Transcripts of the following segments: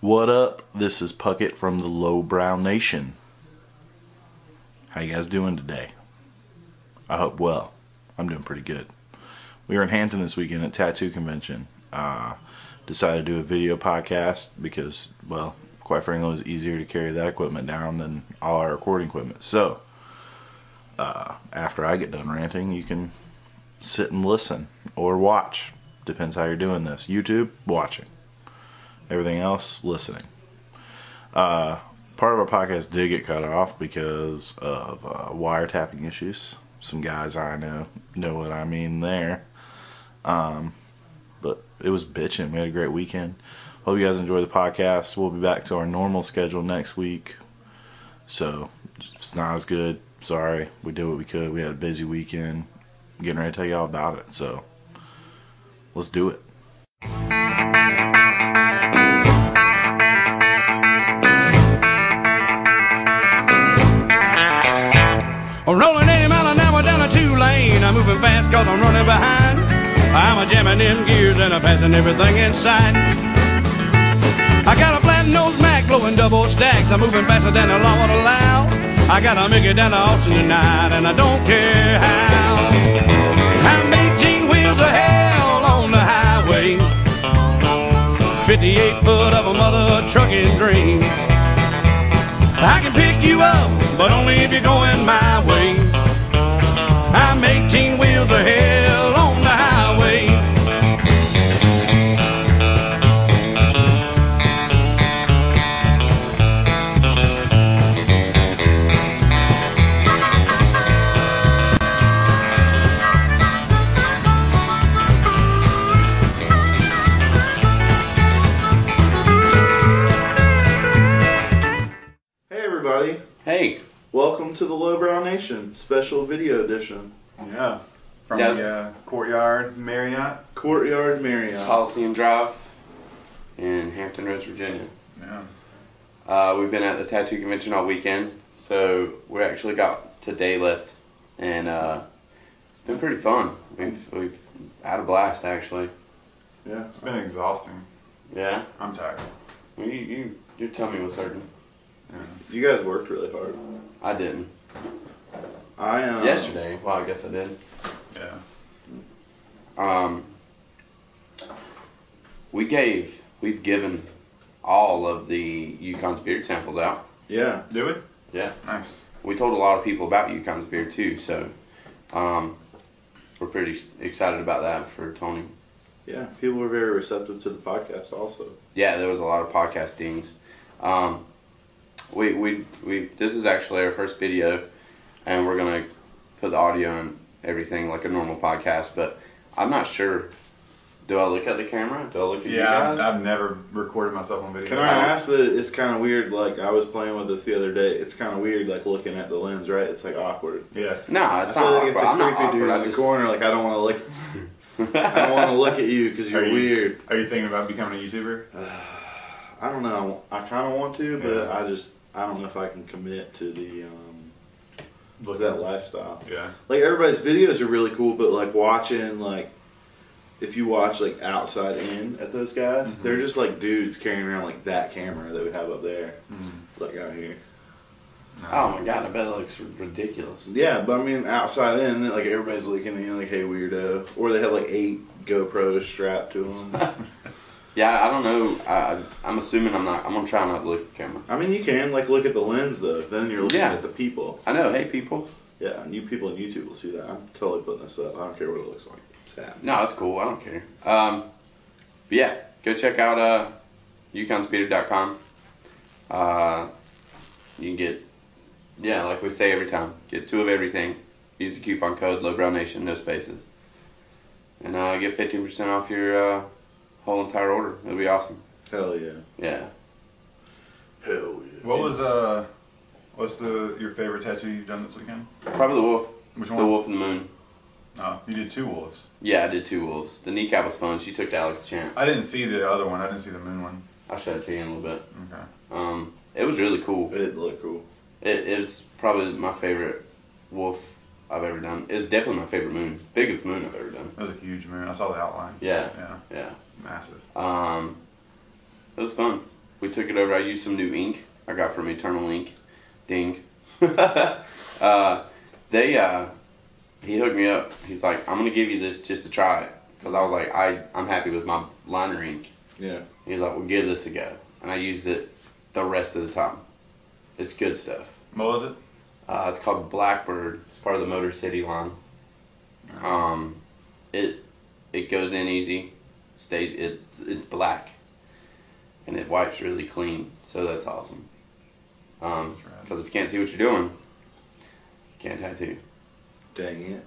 What up? This is Puckett from the Lowbrow Nation. How you guys doing today? I hope well. I'm doing pretty good. We were in Hampton this weekend at Tattoo Convention. Uh, decided to do a video podcast because, well, quite frankly, it was easier to carry that equipment down than all our recording equipment. So, uh, after I get done ranting, you can sit and listen or watch. Depends how you're doing this. YouTube, watching. Everything else, listening. Uh, part of our podcast did get cut off because of uh, wiretapping issues. Some guys I know know what I mean there. Um, but it was bitching. We had a great weekend. Hope you guys enjoy the podcast. We'll be back to our normal schedule next week. So it's not as good. Sorry. We did what we could. We had a busy weekend. Getting ready to tell y'all about it. So let's do it. I'm Oh, rolling 80 mile an hour down a two lane. I'm moving fast cause I'm running behind. I'm a jamming them gears and I'm passing everything in sight. I got a flat nose Mac blowing double stacks. I'm moving faster than the law would allow. I gotta make it down to Austin tonight and I don't care how. I'm 18 wheels of hell on the highway. 58 foot of a mother trucking dream. I can pick you up, but only if you're going my way. I'm 18 wheels of hell on the highway. Hey, everybody. Hey, Welcome to the Lowbrow Nation special video edition. Yeah. From Yes. the uh, courtyard Marriott. Courtyard Marriott. Coliseum Drive in Hampton Roads, Virginia. Yeah. Uh, we've been at the tattoo convention all weekend, so we actually got today left, and uh, it's been pretty fun. We've we've had a blast actually. Yeah. It's been exhausting. Yeah, I'm tired. Well, you you your tummy was hurting. You guys worked really hard. I didn't I um, yesterday. Well, I guess I did. Yeah. Um, we gave we've given all of the Yukon's beard samples out. Yeah. Do it? Yeah. Nice. we told a lot of people about Yukon's beer too, so um, we're pretty excited about that for Tony. Yeah. People were very receptive to the podcast also. Yeah, there was a lot of podcast dings. Um, we, we, we, this is actually our first video, and we're going to put the audio and everything like a normal podcast, but I'm not sure. Do I look at the camera? Do I look at Yeah, you I've, guys? I've never recorded myself on video. Can I ask that it's kind of weird? Like, I was playing with this the other day. It's kind of weird, like, looking at the lens, right? It's like awkward. Yeah. no, it's I feel not like it's awkward. a I'm not creepy dude awkward. in I the just, corner. Like, I don't want to look. I don't want to look at you because Are you're you- weird. Are you thinking about becoming a YouTuber? I don't know. I kind of want to, but Yeah. I just I don't know if I can commit to the um, Look that lifestyle. Yeah. like everybody's videos are really cool, but like watching like if you watch like outside in at those guys, they're just like dudes carrying around like that camera that we have up there, like out here. No. oh my god, I bet it looks ridiculous. Yeah, but I mean outside in, like everybody's looking at you like, hey weirdo, or they have like eight GoPros strapped to them. Yeah, I don't know. I, I'm assuming I'm not. I'm gonna try not to look at the camera. I mean, you can like look at the lens though. Then you're looking Yeah. at the people. I know. Hey, people. Yeah, and you people on YouTube will see that. I'm totally putting this up. I don't care what it looks like. It's happening. No, it's cool. I don't care. Um, but yeah, go check out uh, yukonspeeder.com. Uh, you can get, yeah, like we say every time, get two of everything. Use the coupon code LowbrowNation, no spaces. And uh, get 15% off your uh, whole entire order. It'll be awesome. Hell yeah. Yeah. Hell yeah. What was uh, what's the your favorite tattoo you've done this weekend? Probably the wolf. Which The one? wolf and the moon. Oh, you did two wolves. Yeah, I did two wolves. The kneecap was fun. She took that like a champ. I didn't see the other one. I didn't see the moon one. I'll show it to you in a little bit. Okay. Um, it was really cool. It looked cool. It, it's probably my favorite wolf I've ever done. It's definitely my favorite moon. Biggest moon I've ever done. That was a huge moon. I saw the outline. Yeah. Yeah. Yeah. Massive. Um, it was fun. we took it over. I used some new ink I got from Eternal Ink. Ding. uh, they uh, he hooked me up. He's like, I'm gonna give you this just to try it because I was like, I I'm happy with my liner ink. Yeah. He was like, well, give this a go, and I used it the rest of the time. It's good stuff. What was it? Uh, it's called Blackbird. It's part of the Motor City line. Um, it it goes in easy. Stays it's it's black, and it wipes really clean. So that's awesome. Um, That's because if you can't see what you're doing, you can't tattoo. Dang it.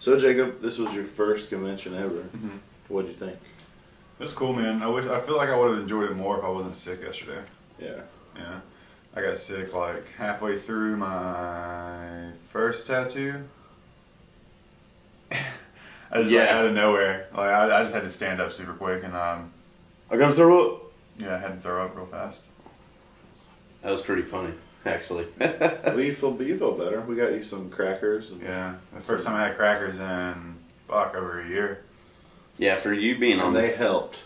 So Jacob, this was your first convention ever. Mm-hmm. What'd you think? It's cool, man. I wish I feel like I would have enjoyed it more if I wasn't sick yesterday. Yeah. Yeah. I got sick like halfway through my first tattoo. I just like Yeah. out of nowhere. Like I, I just had to stand up super quick and um I gotta throw up. yeah, I had to throw up real fast. That was pretty funny, actually. well, you feel you feel better. We got you some crackers. And, Yeah. The first time I had crackers in fuck over a year. yeah, for you being on and they this, helped.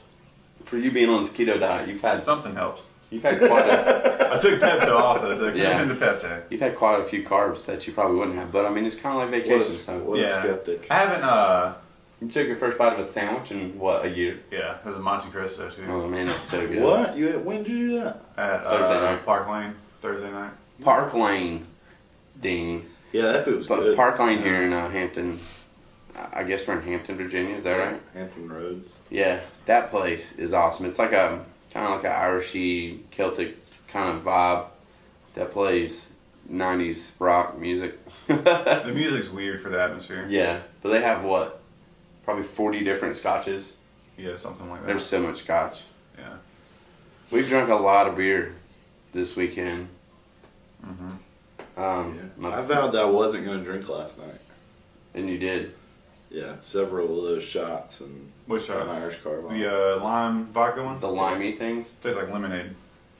for you being on this keto diet, you've had Something helped. you've had quite a, I took Pepto also, so I Yeah. came into Pepto. you've had quite a few carbs that you probably wouldn't have. But I mean, it's kind of like vacation. What a, so. what a Yeah. skeptic. I haven't uh You took your first bite of a sandwich in what a year? yeah, it was a Monte Cristo too. Oh man, that's so good. What? You when did you do that? At Thursday uh, night. Park Lane, Thursday night. Park Lane, ding. Yeah, that food was But good. Park Lane here in uh, Hampton. I I guess we're in Hampton, Virginia. Is that right? Hampton Roads. Yeah, that place is awesome. It's like a kind of like an Irishy Celtic kind of vibe that plays '90s rock music. yeah, The music's weird for the atmosphere. but they have what? Probably 40 different scotches. Yeah, something like that. There's so much scotch. yeah. We've drunk a lot of beer this weekend. Mhm. Um, Mm-hmm. Yeah. my- I vowed that I wasn't going to drink last night. and you did. Yeah, several of those shots and Which an shots? Irish Carbob. The uh, lime vodka one? The limey things? Tastes like lemonade.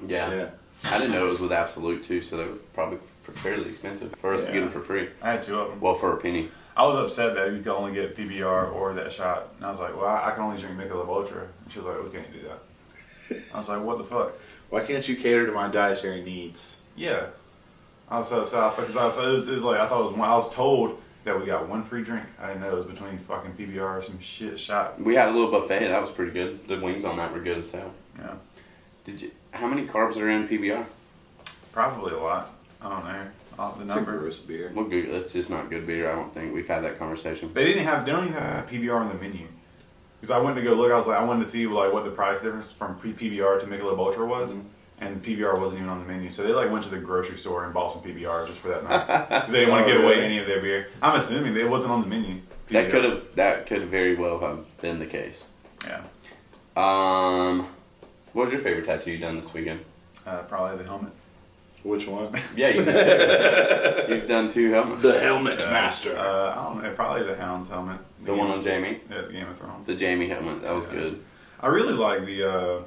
Yeah. yeah. I didn't know it was with Absolute too, so they were probably f- fairly expensive for us to get Yeah. them for free. I had two of them. Well, for a penny. I was upset that you could only get PBR or that shot. And I was like, well, I I can only drink Michelob Ultra. And she was like, we can't do that. I was like, what the fuck? Why can't you cater to my dietary needs? Yeah. I was so upset. I, because I thought it was, it was like, I thought it was one, I was told that we got one free drink. I didn't know it was between fucking PBR or some shit shot. We had a little buffet. That was pretty good. The wings on that were good as hell. Yeah. Did you? How many carbs are in PBR? Probably a lot. I don't know. Off the It's a number. gross beer. Well, good. That's just not good beer. I don't think we've had that conversation. They didn't have. They don't even have PBR on the menu. Because I went to go look, I was like, I wanted to see like what the price difference from pre PBR to Michelob Ultra was, and PBR wasn't even on the menu. So they like went to the grocery store and bought some PBR just for that night because they didn't want Oh, to give really? away any of their beer. I'm assuming they wasn't on the menu. That PBR. could have. That could very well have been the case. Yeah, Um, what was your favorite tattoo you done this weekend? uh, probably the helmet. Which one? Yeah, you did. you've done two helmets. The Helmet's Uh, I don't know. Probably the hound's helmet. The one on Jamie. yeah, the Game of Thrones. The Jamie helmet. That was good. I really like the uh,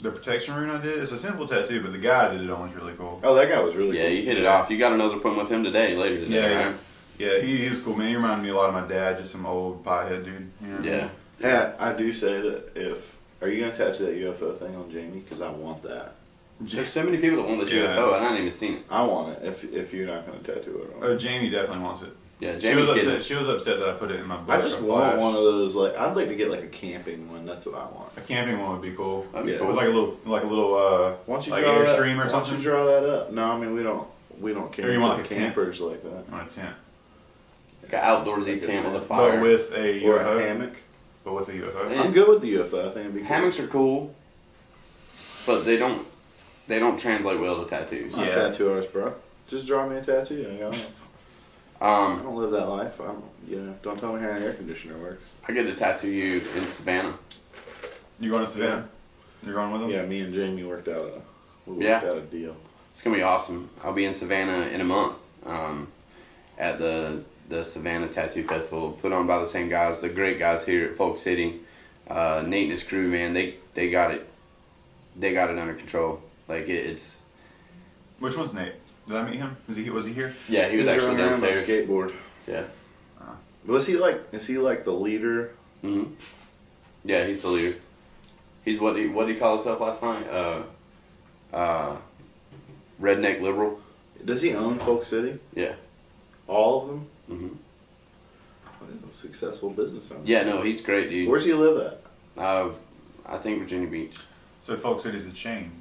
the protection rune I did. It's a simple tattoo, but the guy I did it on was really cool. Oh, that guy was really Yeah, cool. you hit it off. You got another appointment with him today, later today. Yeah, yeah. right? Yeah, he, he's cool, man. He reminded me a lot of my dad, just some old pothead dude. you know? Yeah. Yeah, I do say that if. Are you going to attach that UFO thing on Jamie? Because I want that. There's so many people that want this Yeah. UFO, and Oh, I haven't even seen it. I want it if if you're not going to tattoo it on. Oh, Jamie definitely wants it. Yeah, She Jamie's was getting upset. it. She was upset that I put it in my book. I just a want flash. one of those. Like, I'd like to get like a camping one. That's what I want. A camping one would be cool. That'd be Yeah. It cool. was like a little, like a little, uh, Why don't you like draw that, Airstream why or don't something? you draw that up? No, I mean we don't we don't camp Or you want, like, a tent? campers like that on a tent, Like an outdoorsy Like a tent with a tent. but fire. with a or UFO. a hammock. But with a UFO. Yeah. I'm good with the UFO. I think it'd be cool. Hammocks are cool, but they don't they don't translate well to tattoos. I'm Yeah. tattoo artist, bro. Just draw me a tattoo. I don't, I Um, don't live that life. I don't. You know, don't tell me how an air conditioner works. I get to tattoo you in Savannah. You going to Savannah? You're going with them? Yeah, me and Jamie worked out a we worked Yeah. out a deal. It's gonna be awesome. I'll be in Savannah in a month um, at the the Savannah Tattoo Festival, put on by the same guys, the great guys here at Folk City. Uh, Nate and his crew, man, they they got it, they got it under control. Like it, it's Which one's Nate? Did I meet him? Was he was he here? yeah, he was He's actually running around with a downstairs. skateboard. Yeah. Was he like? Is he like the leader? Mm-hmm. hmm Yeah, he's the leader. He's what he what did he call himself last night? Uh, uh, redneck liberal. Does he own Folk City? Yeah. All of them? Mhm. Well, Successful business owner. Mm-hmm. Yeah, no, he's great, dude. Where's he live at? Uh, I think Virginia Beach. So Folk City's a chain.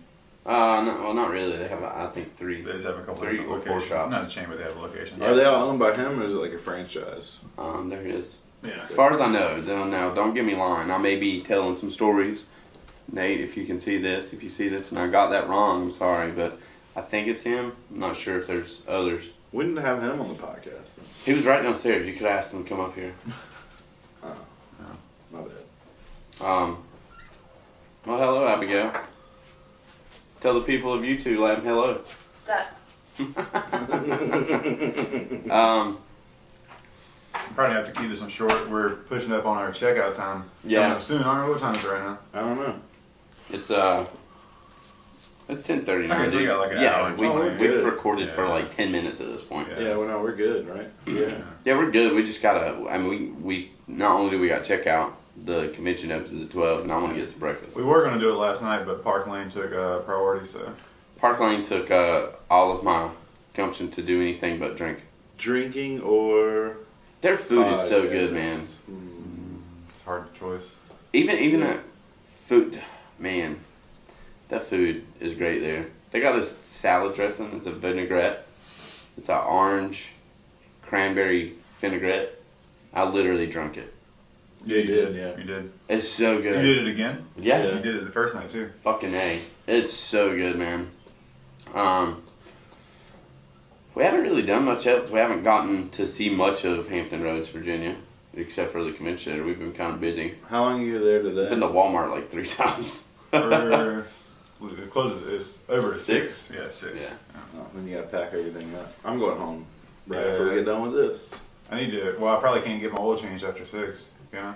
Uh, no, well, not really. They have, I think, three. They just have a couple Three different or four locations. shops. Not a chain, but they have a location. Are they all owned by him or is it like a franchise? Um, there it is. Yeah. As far as I know, though, now don't get me lying. I may be telling some stories. Nate, if you can see this, if you see this and I got that wrong, I'm sorry, but I think it's him. I'm not sure if there's others. We didn't have him on the podcast. Then. He was right downstairs. You could ask him to come up here. Oh, My bad. Um, well, hello, Abigail. Tell the people of you two, Lamb, hello. Sup? Um, Probably have to keep this one short. We're pushing up on our checkout time. Yeah. Coming up soon. I don't know what time it's right now. I don't know. it's uh, it's ten thirty now. Okay, so we dude. got like an yeah, hour and we Oh, twenty have minutes. we've recorded for Yeah. like ten minutes at this point. Yeah. Yeah, well, no, we're good, right? Yeah. Yeah, we're good. We just gotta. I mean, we we not only do we got checkout the convention episodes at twelve, and I want to get some breakfast. We were gonna do it last night, but Park Lane took uh, priority, so Park Lane took uh, all of my gumption to do anything but drink. Drinking or. Their food is so podcasts. good, man. Mm. it's a hard choice. Even even that food, man. That food is great there. They got this salad dressing. It's a vinaigrette. It's an orange cranberry vinaigrette. I literally drunk it. Yeah, you did, yeah. You did. It's so You good. did it again. Yeah. You did it the first night too. Fucking A. It's so good, man. Um, we haven't really done much else. We haven't gotten to see much of Hampton Roads, Virginia, except for the convention center. We've been kind of busy. How long are you there today? Been to Walmart like three times. Or, it closes. It's over at Six? six. Yeah, six. Yeah. Oh, then you gotta pack everything up. I'm going home right Yeah. after we get done with this. I need to. Well, I probably can't get my oil changed after six. You know.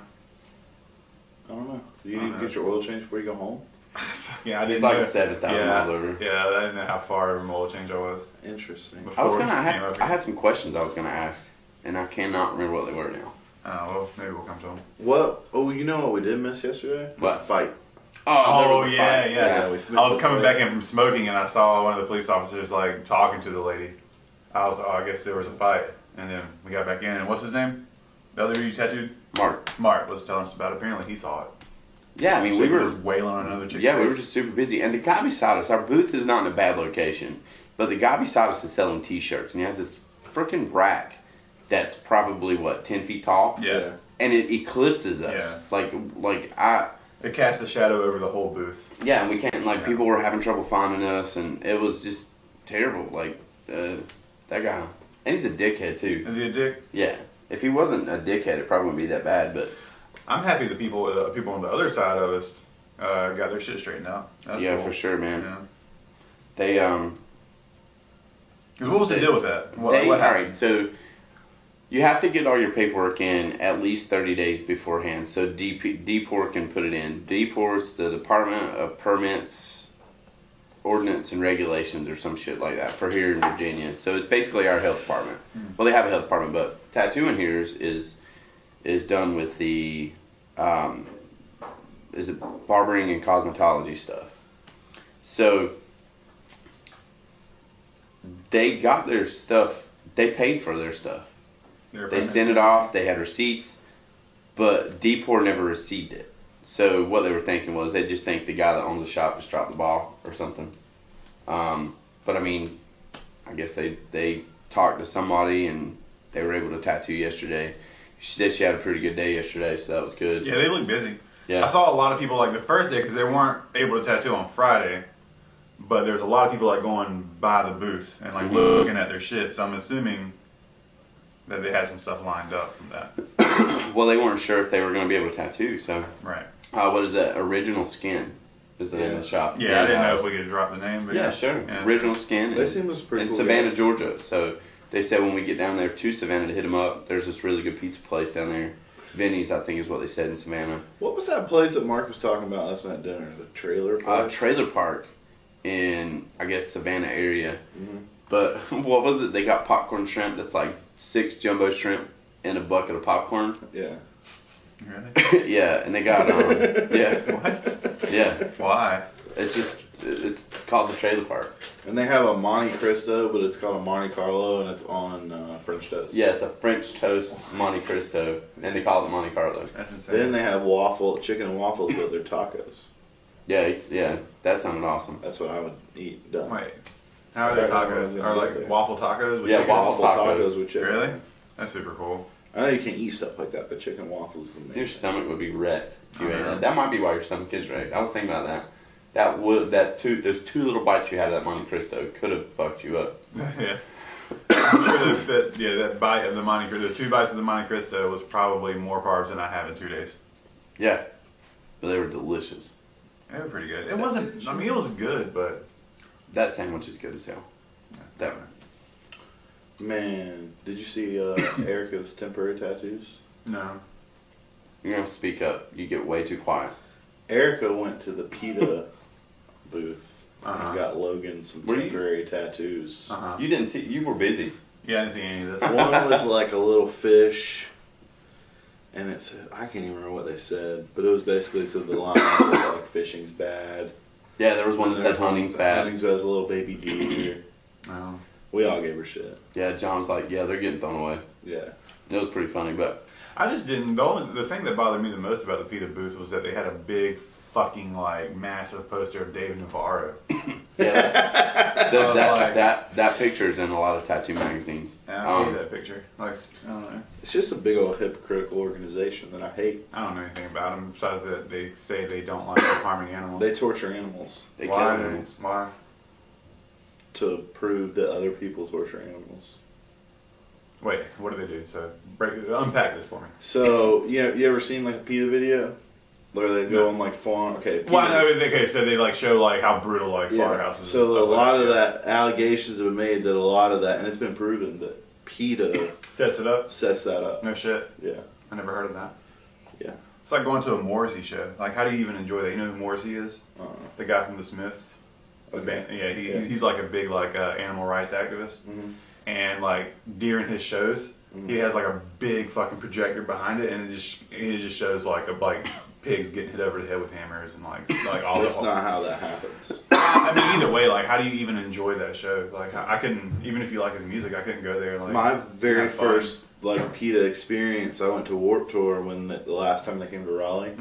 I don't know. Do you I need don't Uh-huh. to know. get your oil changed before you go home? Yeah, I It's didn't. like know- 7,000 yeah, miles over. Yeah, I didn't know how far of a oil change I was. I Interesting. was before gonna. I we came had, up I here. had some questions I was gonna ask, and I cannot remember what they were now. Oh well, maybe we'll come to them. What? Oh, you know what we did miss yesterday? What? The fight. there Oh, was a yeah, fight. yeah. Yeah, we I was coming missed back it. in from smoking and I saw one of the police officers like talking to the lady. I was, oh, I guess there was a fight. And then we got back in and what's his name? The other dude you tattooed? Mark. Mark was telling us about. it. Apparently he saw it. Yeah, I mean So we he were was wailing on another chick. Yeah, we were just super busy. And the guy beside us, our booth is not in a bad location, but the guy beside us is selling t shirts. And he has this freaking rack that's probably, what, 10 feet tall? Yeah. And it eclipses us. Yeah. Like, like I, It cast a shadow over the whole booth. yeah, and we can't, like, Yeah. people were having trouble finding us, and it was just terrible. Like, uh, that guy. And he's a dickhead, too. Is he a dick? Yeah. If he wasn't a dickhead, it probably wouldn't be that bad, but I'm happy the people the people on the other side of us uh, got their shit straightened out. That's yeah, cool. for sure, man. Yeah. They, um, 'Cause what was the They- deal with that? What, they, what all happened? right, so you have to get all your paperwork in at least 30 days beforehand. So DP, DPOR can put it in. DPOR's the Department of Permits, Ordinance, and Regulations, or some shit like that, for here in Virginia. So it's basically our health department. Hmm. Well, they have a health department, but tattooing here is is, is done with the um, is it barbering and cosmetology stuff. So they got their stuff. They paid for their stuff. Their They permits. sent it off. They had receipts, but Depor never received it. So what they were thinking was they just think the guy that owns the shop just dropped the ball or something. Um, but I mean, I guess they they talked to somebody and they were able to tattoo yesterday. She said she had a pretty good day yesterday, so that was good. Yeah, they look busy. Yeah. I saw a lot of people like the first day because they weren't able to tattoo on Friday, but there's a lot of people like going by the booth and like looking at their shit. So I'm assuming that they had some stuff lined up from that, Well, they weren't sure if they were going to be able to tattoo. So right? uh, what is that? Original Skin is the name of the shop. Yeah, I didn't know if Dallas. we could drop the name, but Yeah, sure. Yeah. Original skin. They in- seem as pretty in cool Savannah, guys. Georgia. So they said when we get down there to Savannah to hit them up, there's this really good pizza place down there. Vinny's, I think, is what they said in Savannah. What was that place that Mark was talking about last night at dinner? The trailer Uh, park? trailer park in, I guess, Savannah area. Mm-hmm. But what was it? They got popcorn shrimp. That's like six jumbo shrimp in a bucket of popcorn. yeah. Really? yeah, and they got um, yeah, What? yeah. Why? It's just It's called the trailer park. And they have a Monte Cristo, but it's called a Monte Carlo, and it's on uh, French toast. Yeah, it's a French toast Monte Cristo, and they call it Monte Carlo. That's insane. Then they have waffle, chicken and waffles, but they're tacos. Yeah, it's, yeah, that sounded awesome. That's what I would eat. Done. Wait, how are they tacos? Are like waffle tacos? With Yeah, chicken? waffle Waffle tacos. tacos. with chicken. Really? That's super cool. I know you can't eat stuff like that, but chicken waffles. Is amazing. Your stomach would be wrecked if you ate Uh-huh. that. That might be why your stomach is wrecked. I was thinking about that. That would that two those two little bites you had of that Monte Cristo could have fucked you up. yeah. I'm sure there's that, yeah, that bite of the Monte Cristo, the two bites of the Monte Cristo was probably more carbs than I have in two days. Yeah, but they were delicious. They were pretty good. It wasn't, I mean, it was good, but That sandwich is good as hell. That Man, did you see uh, Erica's temporary tattoos? no. you don't speak up. You get way too quiet. Erica went to the PETA booth Uh-huh. and got Logan some Were you- temporary tattoos. Uh huh. You didn't see. You were busy. Yeah, I didn't see any of this. One was like a little fish, and it said, I can't even remember what they said, but it was basically to the line of, like fishing's bad. Yeah, there was one that said There's one- hunting's bad. Hunting's bad is a little baby deer. No. We all gave her shit. Yeah, John was like, yeah, they're getting thrown away. Yeah. It was pretty funny, but I just didn't. The, only, the thing that bothered me the most about the PETA booth was that they had a big fucking like massive poster of Dave Navarro. yeah, that's, that, was that, like- that that picture is in a lot of tattoo magazines. And I hated Um, that picture. Like s- I don't know. It's just a big old hypocritical organization that I hate. I don't know anything about them besides that they say they don't like harming animals. They torture animals they kill Why? animals. Why? to prove that other people torture animals. Wait, what do they do? So break unpack this for me. So, you, know, you ever seen like a PETA video? Where they go No. on like farm. Okay. Why? PETA No, okay, so they like show like how brutal like Yeah. slaughterhouses. So and stuff a lot like of that allegations have been made that a lot of that, and it's been proven that PETA sets it up. sets that up. No shit. Yeah, I never heard of that. yeah. It's like going to a Morrissey show. Like, how do you even enjoy that? You know who Morrissey is? Uh, The guy from The Smiths. The Okay. band. Yeah, he, He's, Yeah. he's like a big like uh, animal rights activist. Mhm. And like during his shows, Mm-hmm. he has like a big fucking projector behind it, and it just it just shows like a like pigs getting hit over the head with hammers and like like all that's the not how that happens. I mean, either way, like, how do you even enjoy that show? Like, I I couldn't, even if you like his music, I couldn't go there. Like, My very have fun. first like PETA experience, I went to Warp Tour when the, the last time they came to Raleigh,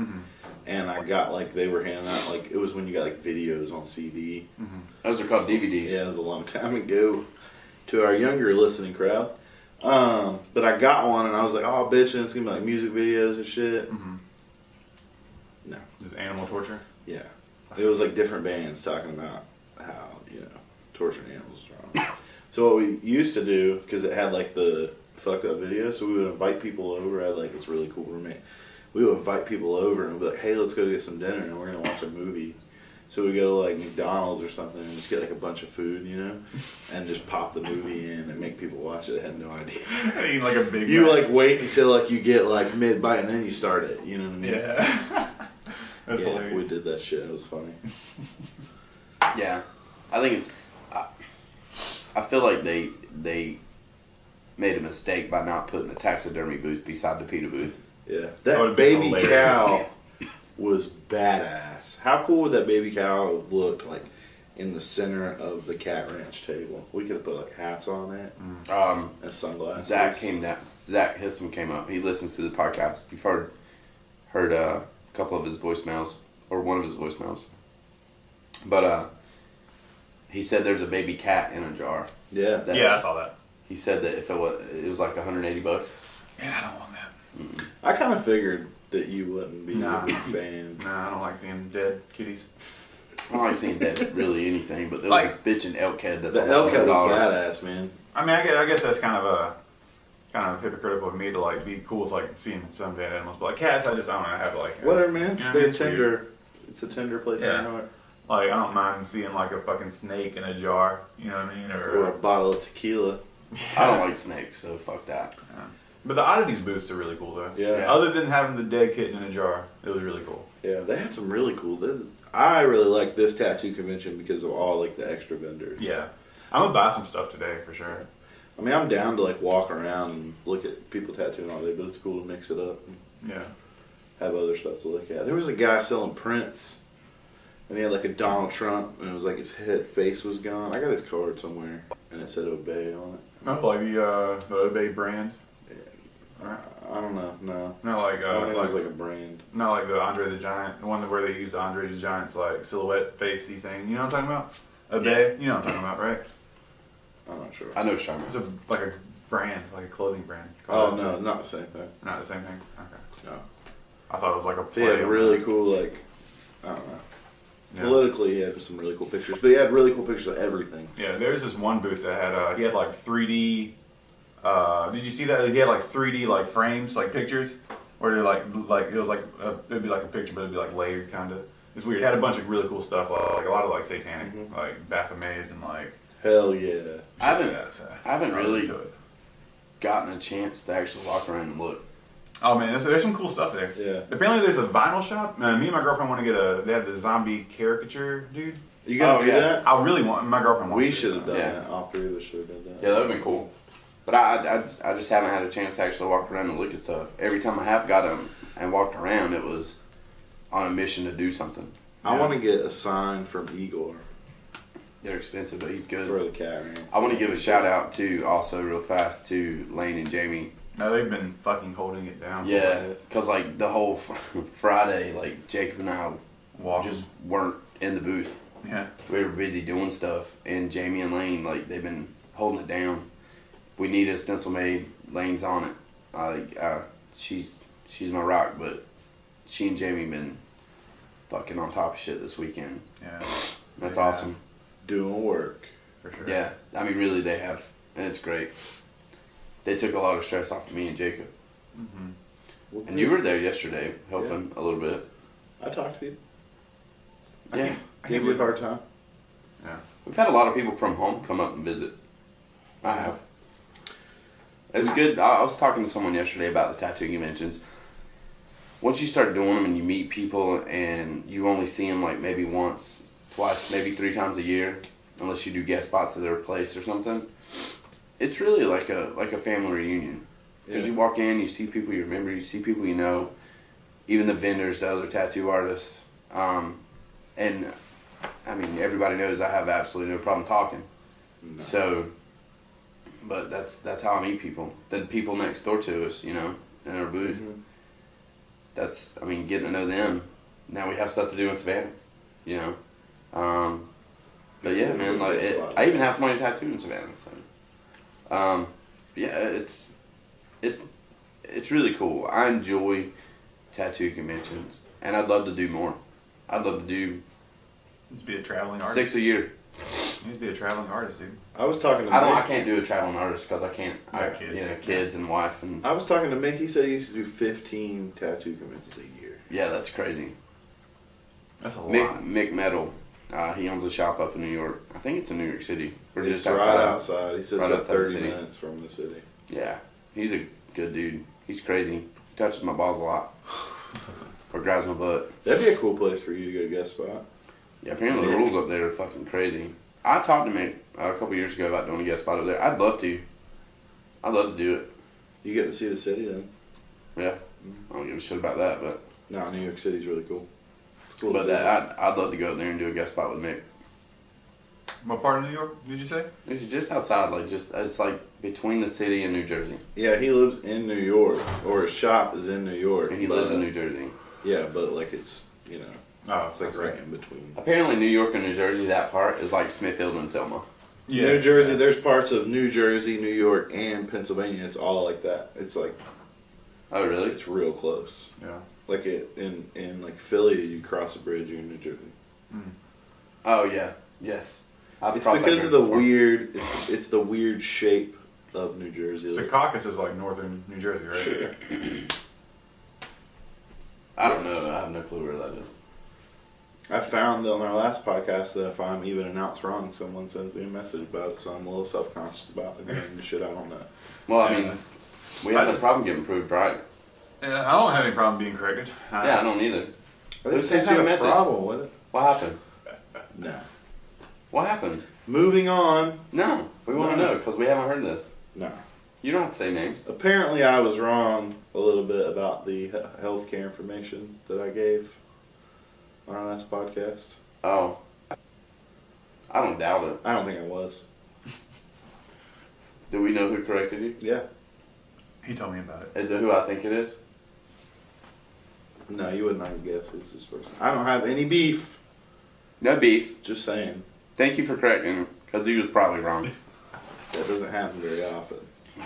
and I got like they were handing out like it was when you got like videos on CD. Those are called DVDs. Yeah, it was a long time ago to our younger listening crowd. Um, but I got one and I was like, oh, bitch, and it's gonna be like music videos and shit. No. Just animal torture. Yeah. It was like different bands talking about how, you know, torturing animals is wrong. So what we used to do, because it had like the fucked up video, so we would invite people over. I had like this really cool roommate. We would invite people over and be like, hey, let's go get some dinner and we're going to watch a movie. So we go to like McDonald's or something and just get like a bunch of food, you know, and just pop the movie in and make people watch it. I had no idea. I mean, like a big. You Mac. like wait until like you get like mid bite and then you start it. You know what I mean? Yeah. That's Yeah, we hilarious. did that shit. It was funny. Yeah, I think it's. I, I feel like they they made a mistake by not putting the taxidermy booth beside the PETA booth. Yeah, That that would've been baby hilarious. cow was badass. How cool would that baby cow have looked like in the center of the cat ranch table? We could have put like hats on it Um, and sunglasses. Zach came down. Zach Hissam came up. He listens to the podcast. You've heard heard uh, a couple of his voicemails or one of his voicemails, but uh, he said there's a baby cat in a jar. Yeah, That- yeah, I saw that. He said that if it was it was like 180 bucks. Yeah, I don't want that. I kind of figured that you wouldn't be Nah. a big fan. No, I don't like seeing dead kitties. I don't like seeing that really anything, but there was Like- this bitch in elk head that's The elk head was $100. badass, man. I mean, I guess, I guess that's kind of a kind of hypocritical of me to like be cool with like seeing some dead animals, but like cats, I just I don't know. I have like Whatever, man. It's Yeah, their it's weird. tender. It's a tender place in Yeah. your heart. Like I don't mind seeing like a fucking snake in a jar. You know what I mean? Or a bottle of tequila. I don't like snakes, so fuck that. But the oddities booths are really cool though. Yeah. Other than having the dead kitten in a jar, it was really cool. Yeah, they had some really cool. This, I really like this tattoo convention because of all like the extra vendors. Yeah. I'm gonna buy some stuff today for sure. I mean, I'm down to like walk around and look at people tattooing all day, but it's cool to mix it up and Yeah. have other stuff to look at. There was a guy selling prints. And he had like a Donald Trump, and it was like his head face was gone. I got his card somewhere, and it said Obey on it. Not like the uh, the Obey brand. I don't know, no. Not like I uh, don't think it like, was Oh, like a brand. not like the Andre the Giant, the one that- where they use Andre the Giant's like silhouette facey thing. You know what I'm talking about? Obey. You know what I'm talking about, right? I'm not sure. I know Sharma. It's a like a brand, like a clothing brand. Oh no, not the same thing. not the same thing. Okay. No. I thought it was like a He play. had really cool like, I don't know. Yeah. Politically, he had some really cool pictures, but he had really cool pictures of everything. Yeah, there was this one booth that had uh, he had like 3D. Uh, did you see that? He had like 3D like frames, like pictures, where they're like like it was like a, it'd be like a picture, but it'd be like layered kind of. It's weird. It had a bunch of really cool stuff, like, like a lot of like satanic, Mm-hmm. like Baphomet and like. Hell yeah. I haven't- Yeah, so I haven't was really- into it. Gotten a chance to actually walk around and look. Oh man, there's, there's some cool stuff there. Yeah. Apparently, there's a vinyl shop. Uh, me and my girlfriend want to get a. They have the zombie caricature dude. You gotta Oh, do yeah. that? I really want. My girlfriend wants. to We do should have that. done Yeah. that. All three of us should have done that. Yeah, that would have been cool. But I, I- I, I just haven't had a chance to actually walk around and look at stuff. Every time I have got them and walked around, it was on a mission to do something. I Yeah. want to get a sign from Igor They're expensive, but he's good. for the cat man. I want to give a shout out to also real fast to Lane and Jamie. No, they've been fucking holding it down. Yeah, because like the whole Friday, like Jacob and I Walking. just weren't in the booth. yeah. We were busy doing stuff, and Jamie and Lane like they've been holding it down. We need a stencil made. Lane's on it. I like uh, she's she's my rock, but she and Jamie been fucking on top of shit this weekend. Yeah. That's Yeah. awesome. Doing work. For sure. Yeah, I mean, really, they have, and it's great. They took a lot of stress off of me and Jacob. Well, And you were there yesterday, helping a little bit. I talked to you. Yeah, I Gave can't you a believe hard time. we've had a lot of people from home come up and visit. I have. It's good. I I was talking to someone yesterday about the tattoo conventions. Once you start doing them and you meet people and you only see them like maybe once, twice, maybe three times a year, unless you do guest spots at their place or something, it's really like a like a family reunion. Because Yeah. you walk in, you see people you remember, you see people you know, even the vendors, the other tattoo artists, um, and I mean everybody knows I have absolutely no problem talking. No. So, but that's that's how I meet people. The people next door to us, you know, in our booth. Mhm. That's I mean getting to know them. Now we have stuff to do in Savannah, you know. Um, but yeah, man, like it, I even have somebody tattooed in Savannah. So, um, yeah, it's it's it's really cool. I enjoy tattoo conventions, and I'd love to do more. I'd love to do Just be a traveling artist. six a year. You need to be a traveling artist, dude. I was talking to I don't. I Mick. can't do a traveling artist because I can't. I, Got kids. You know, kids and wife and I, was talking to Mick. He said he used to do 15 tattoo conventions a year. yeah, that's crazy. That's a Mick, lot. Mick Metal, uh, he owns a shop up in New York. I think it's in New York City or It's just right outside. outside. He said Right it's about outside the 30 city. minutes from the city. Yeah, he's a good dude. He's crazy. He touches my balls a lot or grabs my butt. That'd be a cool place for you to go guest spot. Yeah, apparently the Nick. rules up there are fucking crazy. I talked to Mick uh, a couple years ago about doing a guest spot up there. I'd love to. I'd love to do it. You get to see the city then. Yeah, I don't give a shit about that, but No, New York City's really cool. It's cool to but visit. that, I'd, I'd love to go up there and do a guest spot with Mick. What part of New York did you say? It's just outside, like just it's like between the city and New Jersey, yeah, he lives in New York, or his shop is in New York. and he but- lives in New Jersey. Yeah, but like it's you know Oh, it's like that's right in between. Apparently, New York and New Jersey, that part is like Smithfield and Selma. Yeah. New Jersey, there's parts of New Jersey, New York, and Pennsylvania. It's all like that. It's like Oh, really? it's real close. Yeah. Like it, in in like Philly, you cross a bridge, you're in New Jersey. Oh, yeah. Yes. I've It's crossed that because bridge of the before. weird. It's, it's the weird shape of New Jersey. So Like, caucus is like northern New Jersey, right? I don't know. I have no clue where that is. I found that on our last podcast that if I'm even announced wrong, someone sends me a message about it, so I'm a little self conscious about agreeing to shit I don't know. Well, I Yeah. mean, we I have no just- problem getting proved right. Yeah, I don't have any problem being corrected. Uh, yeah, I don't either. I Who didn't sent have you a a message? problem with it. What happened? No. What happened? Moving on. No. We want to No. know because we haven't heard this. No. You don't have to say names. Apparently, I was wrong a little bit about the he- healthcare information that I gave on our last podcast. Oh. I don't doubt it. I don't think I was. Do we know who corrected you? Yeah. He told me about it. Is it who I think it is? No, you wouldn't have guessed it's this person. I don't have any beef. No beef. Just saying. Thank you for correcting him, because he was probably wrong. That doesn't happen very often.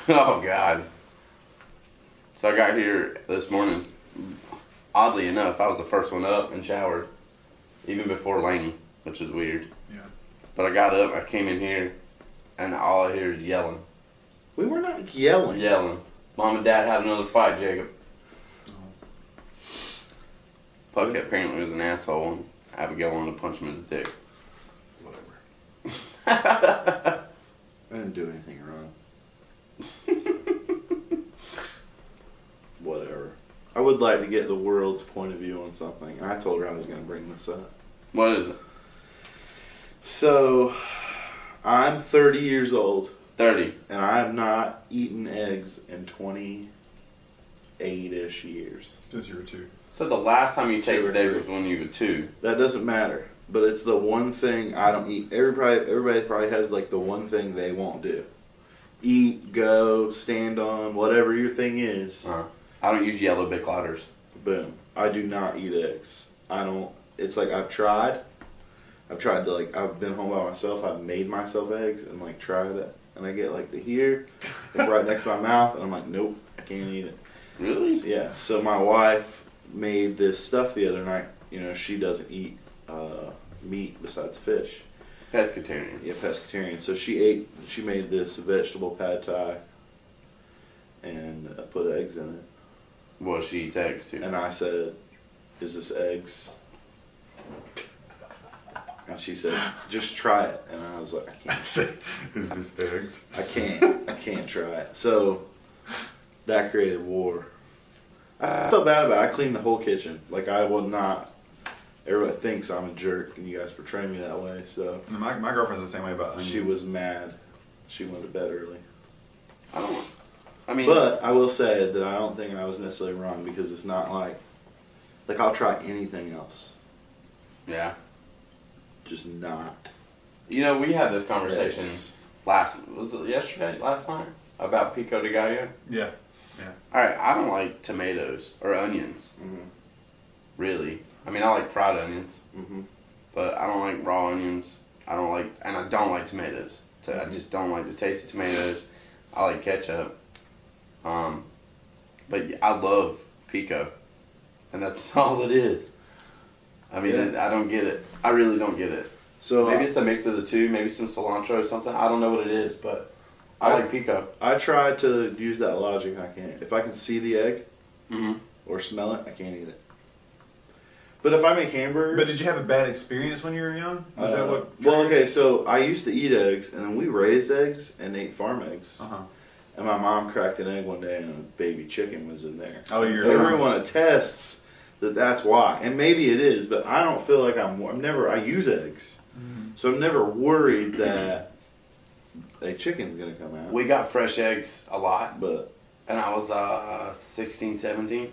oh, God. So I got here this morning. Oddly enough, I was the first one up and showered, even before Laney, which is weird. Yeah. But I got up, I came in here, and all I hear is yelling. We were not yelling. Yelling. Mom and Dad had another fight, Jacob. Puckett apparently was an asshole, and Abigail wanted to punch him in the dick. Whatever. I didn't do anything wrong. Whatever. I would like to get the world's point of view on something. I told her I was going to bring this up. What is it? So, I'm 30 years old 30. and I have not eaten eggs in 28 ish years. Since you were two. So the last time you Two or tasted eggs three. was when you were two. That doesn't matter, but it's the one thing I don't eat. Everybody, everybody probably has like the one thing they won't do: eat, go, stand on, whatever your thing is. Uh, I don't use yellow Bic lighters. Boom. I do not eat eggs. I don't. It's like I've tried. I've tried to like. I've been home by myself. I've made myself eggs and like tried it, and I get like the here, like right next to my mouth, and I'm like, nope, I can't eat it. Really? Yeah. So my wife made this stuff the other night. You know, she doesn't eat uh, meat besides fish. Pescatarian. Yeah, pescatarian. So she ate. She made this vegetable pad thai, and uh, put eggs in it. Well, she eats eggs too. And I said, "Is this eggs?" And she said, "Just try it." And I was like, "I can't." I say, is this eggs? I can't. I can't try it. So that created war. I felt bad about it. I cleaned the whole kitchen. Like I will not. Everybody thinks I'm a jerk, and you guys portray me that way. So And My, my girlfriend's the same way about onions. she was mad. She went to bed early. I don't want. I mean, But I will say that I don't think I was necessarily wrong because it's not like, like I'll try anything else, yeah. just not You know, we had this conversation eggs. last was it yesterday, last night about pico de gallo. Yeah. All right, I don't like tomatoes or onions. Mhm. Really, I mean, I like fried onions, Mhm. but I don't like raw onions. I don't like, and I don't like tomatoes. So Mm-hmm. I just don't like the taste of tomatoes. I like ketchup. Um, but I love pico, and that's all it is. I mean, Yeah. I don't get it. I really don't get it. So uh, Maybe I- it's a mix of the two. Maybe some cilantro or something. I don't know what it is, but I, I- like pico. I try to use that logic. I can't. If I can see the egg Mhm. or smell it, I can't eat it. But if I make hamburgers, But did you have a bad experience when you were young? Is that uh, what? well, okay. So I used to eat eggs, and then we raised eggs and ate farm eggs. Uh huh. And my mom cracked an egg one day, and a baby chicken was in there. Oh, you're Everyone attests that that's why, and maybe it is. But I don't feel like I'm. I'm never. I use eggs, so I'm never worried that a chicken's gonna come out. We got fresh eggs a lot. But and I was uh, 16, 17,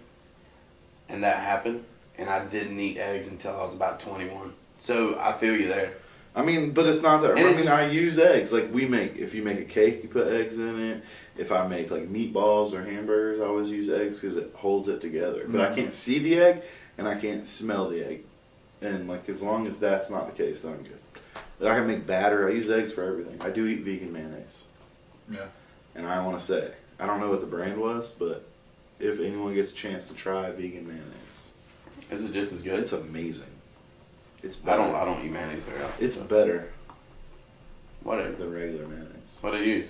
and that happened. And I didn't eat eggs until I was about 21. So I feel you there. I mean, but it's not that. And I mean, it's just- I use eggs. Like we make, if you make a cake, you put eggs in it. If I make like meatballs or hamburgers, I always use eggs because it holds it together. But Mm-hmm. I can't see the egg, and I can't smell the egg. And like, as long as that's not the case, then I'm good. But I can make batter. I use eggs for everything. I do eat vegan mayonnaise, Yeah. and I want to say I don't know what the brand was, but if anyone gets a chance to try vegan mayonnaise, This is just as good. it's amazing. It's I better. don't. I don't eat mayonnaise very often. It's better Whatever. than regular mayonnaise. What do you use?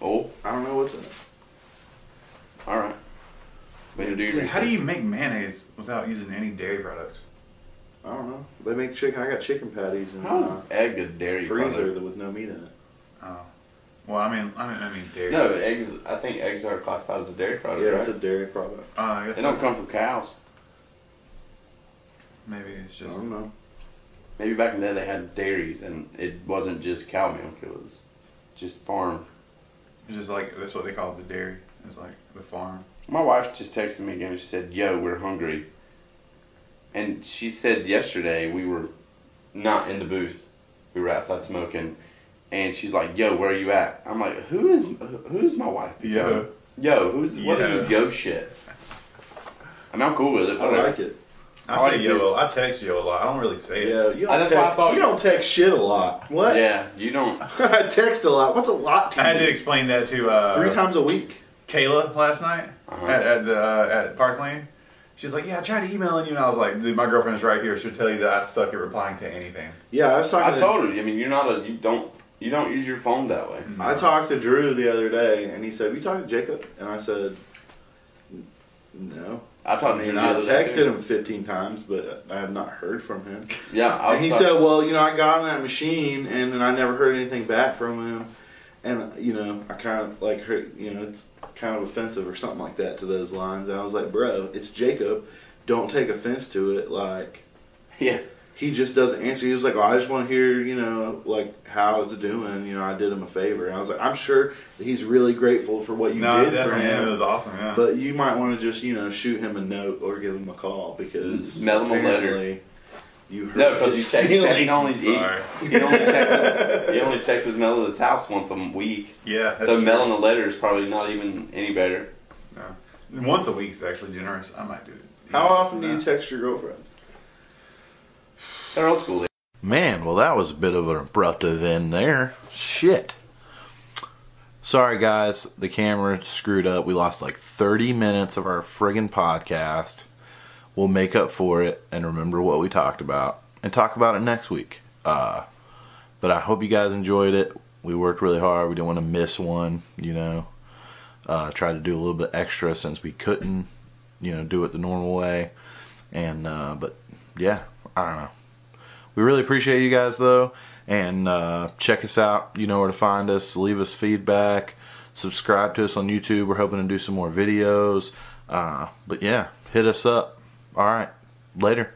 Oh, I don't know what's in it. all right. Way to do your How do research. you make mayonnaise without using any dairy products? I don't know. They make chicken. I got chicken patties in How is my egg a dairy Uh-huh. freezer product? with no meat in it. Oh. Well, I mean, I mean, I mean dairy. No, eggs. I think eggs are classified as a dairy product. Yeah, right? it's a dairy product. Uh, I guess they don't come from cows. Maybe it's I just. don't know. Maybe back in the day they had dairies, and it wasn't just cow milk. It was just farm It's just like that's what they call the dairy. It's like the farm. My wife just texted me again. She said, "Yo, we're hungry," and she said yesterday we were not in the booth. We were outside smoking, and she's like, "Yo, where are you at?" I'm like, "Who is who's my wife? Yeah. Yo, who's what is this Yeah. yo shit?" I mean, I'm cool with it. I whatever. like it. I, I say like yo. I text yo a lot. I don't really say it. Yeah, you don't, Uh, that's text, why I thought- you don't text shit a lot. What? Yeah, you don't. I text a lot. What's a lot to I had you? to explain that to uh, Three times a week. Kayla last night at, at the uh, at Park Lane. She's like, "Yeah, I tried emailing you," and I was like, "Dude, my girlfriend is right here. She'll tell you that I suck at replying to anything." Yeah, I was talking. I to, told her. I mean, you're not a. You don't. You don't use your phone that way. I talked to Drew the other day, and he said, "Have you talked to Jacob?" And I said, "N- "No." I I talked to mean, you. I texted him 15 times, but I have not heard from him. Yeah, I was And he talking- said, "Well, you know, I got on that machine, and then I never heard anything back from him, and you know, I kind of like heard, you know, it's kind of offensive or something like that to those lines." And I was like, "Bro, it's Jacob. Don't take offense to it. Like, Yeah. he just doesn't answer." He was like, "Oh, I just want to hear, you know, like how it's doing. You know, I did him a favor." And I was like, "I'm sure that he's really grateful for what you no, did for definitely. yeah, It him." was awesome. Yeah. But you might want to just, you know, shoot him a note or give him a call because Mail him a letter. apparently You hurt No, because his he texts. He feelings. only he, Sorry. he only checks. His, he only checks his mail at his house once a week. yeah. that's So true. mailing a letter is probably not even any better. Once a week is actually generous. I might do it. How often do you Nah. text your girlfriend? They're old school. Man, well, that was a bit of an abruptive end there. Shit. Sorry, guys. The camera screwed up. We lost like 30 minutes of our friggin' podcast. We'll make up for it and remember what we talked about and talk about it next week. Uh, but I hope you guys enjoyed it. We worked really hard. We didn't want to miss one, you know. Uh, tried to do a little bit extra since we couldn't, you know, do it the normal way. And, uh, but yeah, I don't know. We really appreciate you guys though, and uh, check us out. You know where to find us. Leave us feedback. Subscribe to us on YouTube. We're hoping to do some more videos. Uh, but yeah, hit us up. All right, later.